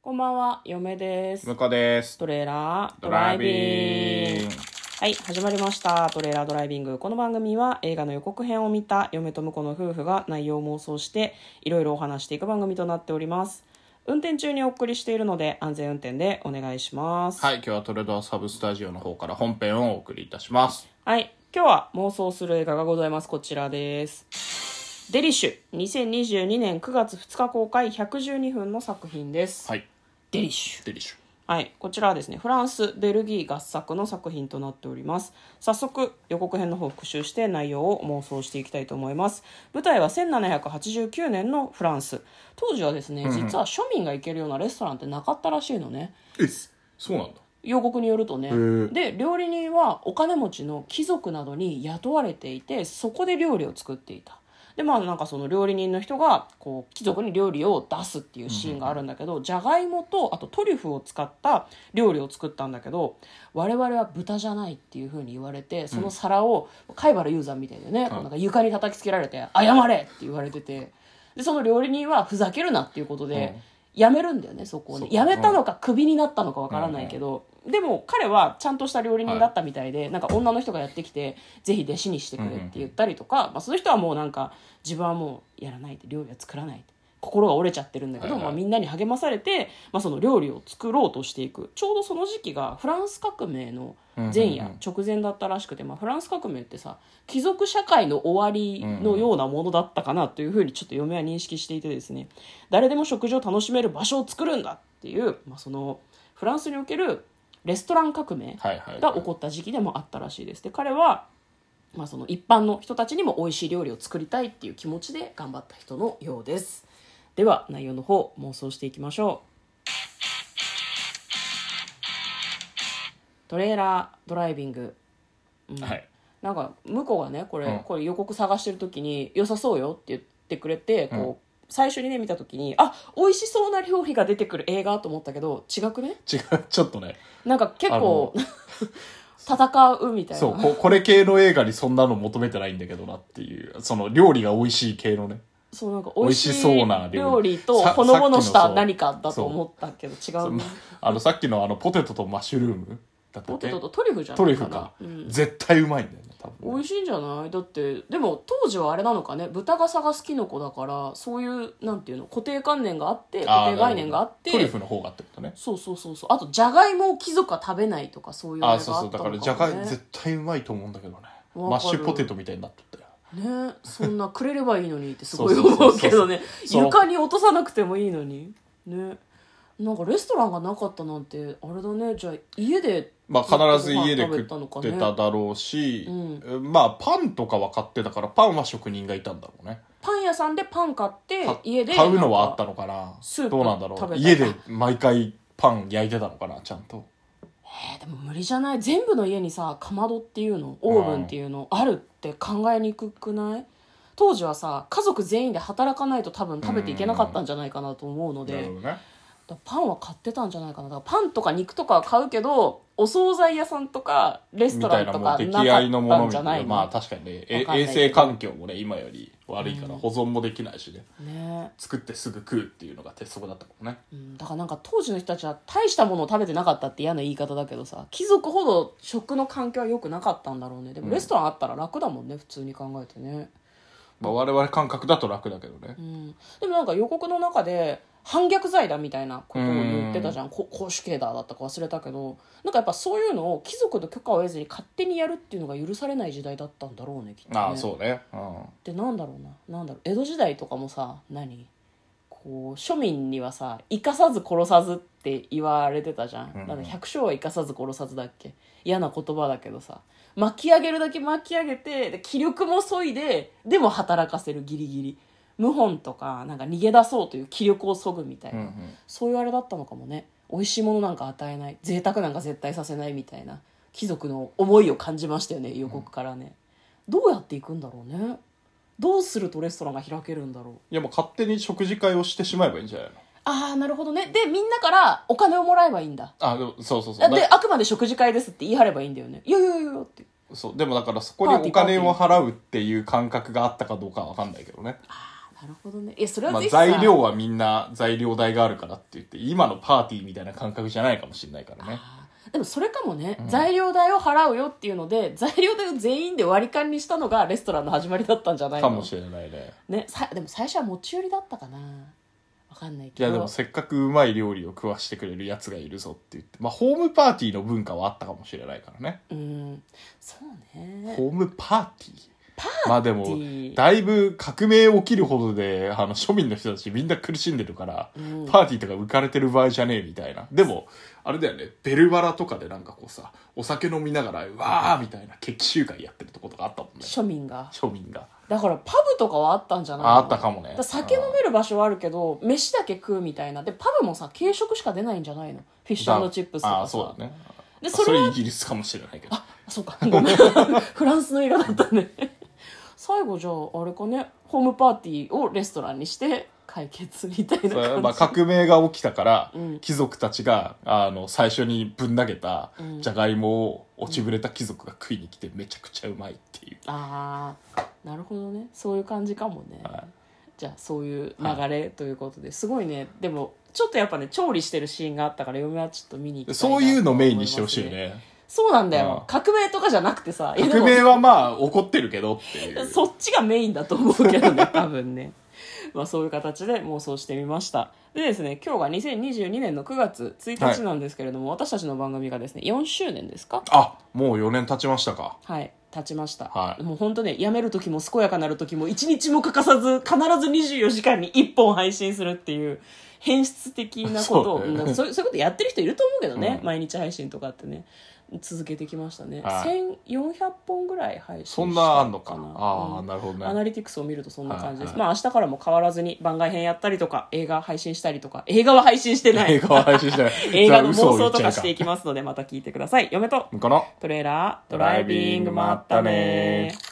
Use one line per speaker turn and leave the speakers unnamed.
こんばんは、嫁です。
向こうです。
トレーラード
ド
ラ
ラ
イ
イ
ビ
ビ
ン
ン
グ。はい、始まりました。トレーラードライビング。この番組は映画の予告編を見た嫁と婿の夫婦が内容を妄想していろいろお話していく番組となっております。運転中にお送りしているので安全運転でお願いします。
はい、今日はトレードアサブスタジオの方から本編をお送りいたします。
はい、今日は妄想する映画がございます。こちらです。デリッシュ、2022年9月2日公開112分の作品です。
はい、
デリッシュ。
デリッシュ。
はい、こちらはですねフランスベルギー合作の作品となっております早速予告編の方を復習して内容を妄想していきたいと思います舞台は1789年のフランス当時はですね、実は庶民が行けるようなレストランってなかったらしいのね
え、そうなんだ。
予告によるとね
ー
で料理人はお金持ちの貴族などに雇われていてそこで料理を作っていたでまあなんかその料理人の人がこう貴族に料理を出すっていうシーンがあるんだけど、じゃがいもとあとトリュフを使った料理を作ったんだけど我々は豚じゃないっていうふうに言われてその皿を貝原雄山みたいでね、こうなんか床に叩きつけられて「謝れ!」って言われててでその料理人はふざけるなっていうことで、やめるんだよねそこをね
そう
やめたのかクビになったのかわからないけど、でも彼はちゃんとした料理人だったみたいで、なんか女の人がやってきてぜひ弟子にしてくれって言ったりとか、まあ、その人はもうなんか自分はもうやらないで料理は作らない心が折れちゃってるんだけど、
はいはい
まあ、みんなに励まされて、まあ、その料理を作ろうとしていくちょうどその時期がフランス革命の前夜、
うんうんうん
直前だったらしくて、まあ、フランス革命ってさ貴族社会の終わりのようなものだったかなというふうにちょっと嫁は認識していてですね誰でも食事を楽しめる場所を作るんだっていう、まあ、そのフランスにおけるレストラン革命
はいはいはい。
が起こった時期でもあったらしいです。で彼はまあ、その一般の人たちにも美味しい料理を作りたいっていう気持ちで頑張った人のようですでは内容の方妄想していきましょうトレーラードライビング
はい。
なんか向こうがねこれ,、
うん
これ予告探してる時に良さそうよって言ってくれてこう、最初にね見た時にあ美味しそうな料理が出てくる映画と思ったけど違くね
違う、ちょっとね。
なんか結構 戦うみたいな
そうこ、これ系の映画にそんなの求めてないんだけどなっていう、その料理が美味しい系のね。
そうなんか美
美
味
味
し
し
そ
そうう
な
な
料
料
理
理
と
さ
ほのぼのし
さったきのそう
何かだと思ったけど違
そうの
ね
あの、さっきのあの、ポテトとマッシュルームだった
ポ
っけ
テトとトリュフじゃ
ト
な
リュ
いか
フ
な
か、
うん
絶対うまいんだよね、多
美
分、ね。
味しいんじゃないだってでも当時はあれなのかね豚が探すキノコだからそういうなんていうの固定観念があって固
あー
定概念があって
なるほどトリュフの方がってことね。
そうそうそうそうあとじゃがいもを貴族は食べないとかそういう
あ
あ
ー
れ
そう
があ
そう。
っ
だ
た
から、
の
じゃ
か
がい
も、ね
絶対うまいと思うんだけどね。
わかる
マッシュポテトみたいになっとったよ。
ねそんなくれればいいのにってすごい
そうそうそ
思
う
うけどね
そう
床に落とさなくてもいいのにねなんかレストランがなかったなんてあれだねじゃあ家で
まあ必ず家で
食べ
食
たのか
っ
ね
てただろうし、
う
まあパンとかは買ってたからパンは職人がいたんだろうね
パン屋さんでパン買って
か
家で
買うのはあった
の
のかな
スープ
どうなんだろ
食べ
う
た
家で毎回パン焼いてたのかなちゃんと
えーでも無理じゃない全部の家にさかまどっていうのオーブンっていうのあるって考えにくくない当時はさ家族全員で働かないと多分食べていけなかったんじゃないかなと思うので、
ど
だ
ね
からパンは買ってたんじゃないかなだからパンとか肉とかは買うけどお惣菜屋さんとかレス
み
ト
た
ラ
い
ン
な
と
も
か
う出
な
来
か
合いのも
った
の
ん
み
じ
た
ゃ
い
な
ない
の
まあ確かにねえ
わかんない
衛
けど
生環境もね今より悪いから保存もできないしね、
ね
作ってすぐ食うっていうのが鉄則だったかもね
うんだからなんか当時の人たちは大したものを食べてなかったって嫌な言い方だけどさ貴族ほど食の環境は良くなかったんだろうねでもレストランあったら楽だもんね、普通に考えてね、
まあ我々感覚だと楽だけどね
う、ん、でもなんか予告の中で反逆罪だみたいなことを言ってたじゃんこ公主刑だだったか忘れたけどなんかやっぱそういうのを貴族の許可を得ずに勝手にやるっていうのが許されない時代だったんだろうねきっとね
ああそうね、うん、
でなんだろうななんだろう江戸時代とかもさ何こう庶民にはさ生かさず殺さずって言われてたじゃん,、
んうん
なんだ百姓は生かさず殺さずだっけ嫌な言葉だけどさ巻き上げるだけ巻き上げてで気力も削いででも働かせるギリギリ謀反とかなんか逃げ出そうという気力を削ぐみたいな、
うんうん
そういうあれだったのかもね美味しいものなんか与えない贅沢なんか絶対させないみたいな貴族の思いを感じましたよね予告からね、どうやっていくんだろうねどうするとレストランが開けるんだろう
いやもう勝手に食事会をしてしまえばいいんじゃないの
ああなるほどねでみんなからお金をもらえばいいんだ
あでもそうそうそう
あ
だ
であくまで食事会ですって言い張ればいいんだよねいやいやいやいやって
そうでもだからそこ
パーティ
に
ー
お金を払うっていう感覚があったかどうかは分かんないけどね
ななるほどねいやそれ
ま
は
あ、
ぜひさ、
材料はみんな材料代があるからって言って今のパーティーみたいな感覚じゃないかもしれないからね
あーでもそれかもね、材料代を払うよっていうので材料代を全員で割り勘にしたのがレストランの始まりだったんじゃない
か
の
もしれないね
ね、さでも最初は持ち寄りだったかなわかんない
い
けど
やでもせっかくうまい料理を食わしてくれるやつがいるぞって言ってまあホームパーティーの文化はあったかもしれないからね
うんそうね
ホームパーティーまあでも
ィー
だいぶ革命起きるほどであの庶民の人たちみんな苦しんでるから、
うん
パーティーとか浮かれてる場合じゃねえみたいなでもあれだよねベルバラとかでなんかこうさお酒飲みながらうわーみたいな決起集会やってるとことかあったもんね
庶民が
庶民が
だからパブとかはあったんじゃないの
ああったかもね
だら酒飲める場所はあるけど飯だけ食うみたいなでパブもさ軽食しか出ないんじゃないのフィッシュチップスと
あ
か
あ
さ
そうだね
で
そ
そ
れ
れは
イギリスかもしれないけど
あそうかごめん フランスの色だったね最後じゃああれかねホームパーティーをレストランにして解決みたいな
それは
感じ
まあ革命が起きたから、
うん
貴族たちがあの最初にぶん投げた
うん
じゃがいもを落ちぶれた貴族が食いに来てめちゃくちゃうまいっていう、
ああなるほどねそういう感じかもね、
はい
じゃあそういう流れということですごいねでもちょっとやっぱね調理してるシーンがあったから嫁はちょっと見に行きたいなと
そういうのメインにしてほしいよ
思ます
ね
そうなんだよ、
うん
革命とかじゃなくてさいやで
革
も
命はまあ怒ってるけどっていう
そっちがメインだと思うけどね 多分ねまあそういう形で妄想してみましたでですね今日が2022年の9月1日なんですけれども、私たちの番組がですね4周年ですか
あもう4年経ちましたか
はい経ちました、
はい
もう本当ねやめる時も健やかなる時も一日も欠かさず必ず24時間に1本配信するっていう変質的なことを
そううんね
なんかそういうそういうことやってる人いると思うけどね、
うん
毎日配信とかってね続けてきましたね、
は
1400本ぐらい配信した
そんなあんのか
か
な
な
ああ、
うん
なるほ
ア
ど
ナ
ね
リティクスを見るとそんな感じです、
はいは
まあ明日からも変わらずに番外編やったりとか映画配信したりとか映画は配信してない
映画を配信してない
映画の妄想と
じゃあ嘘を言
か
っちゃ
して
う
いきますのでまた聞いてください嫁と
かな
トレーラード
ドライビングまったねー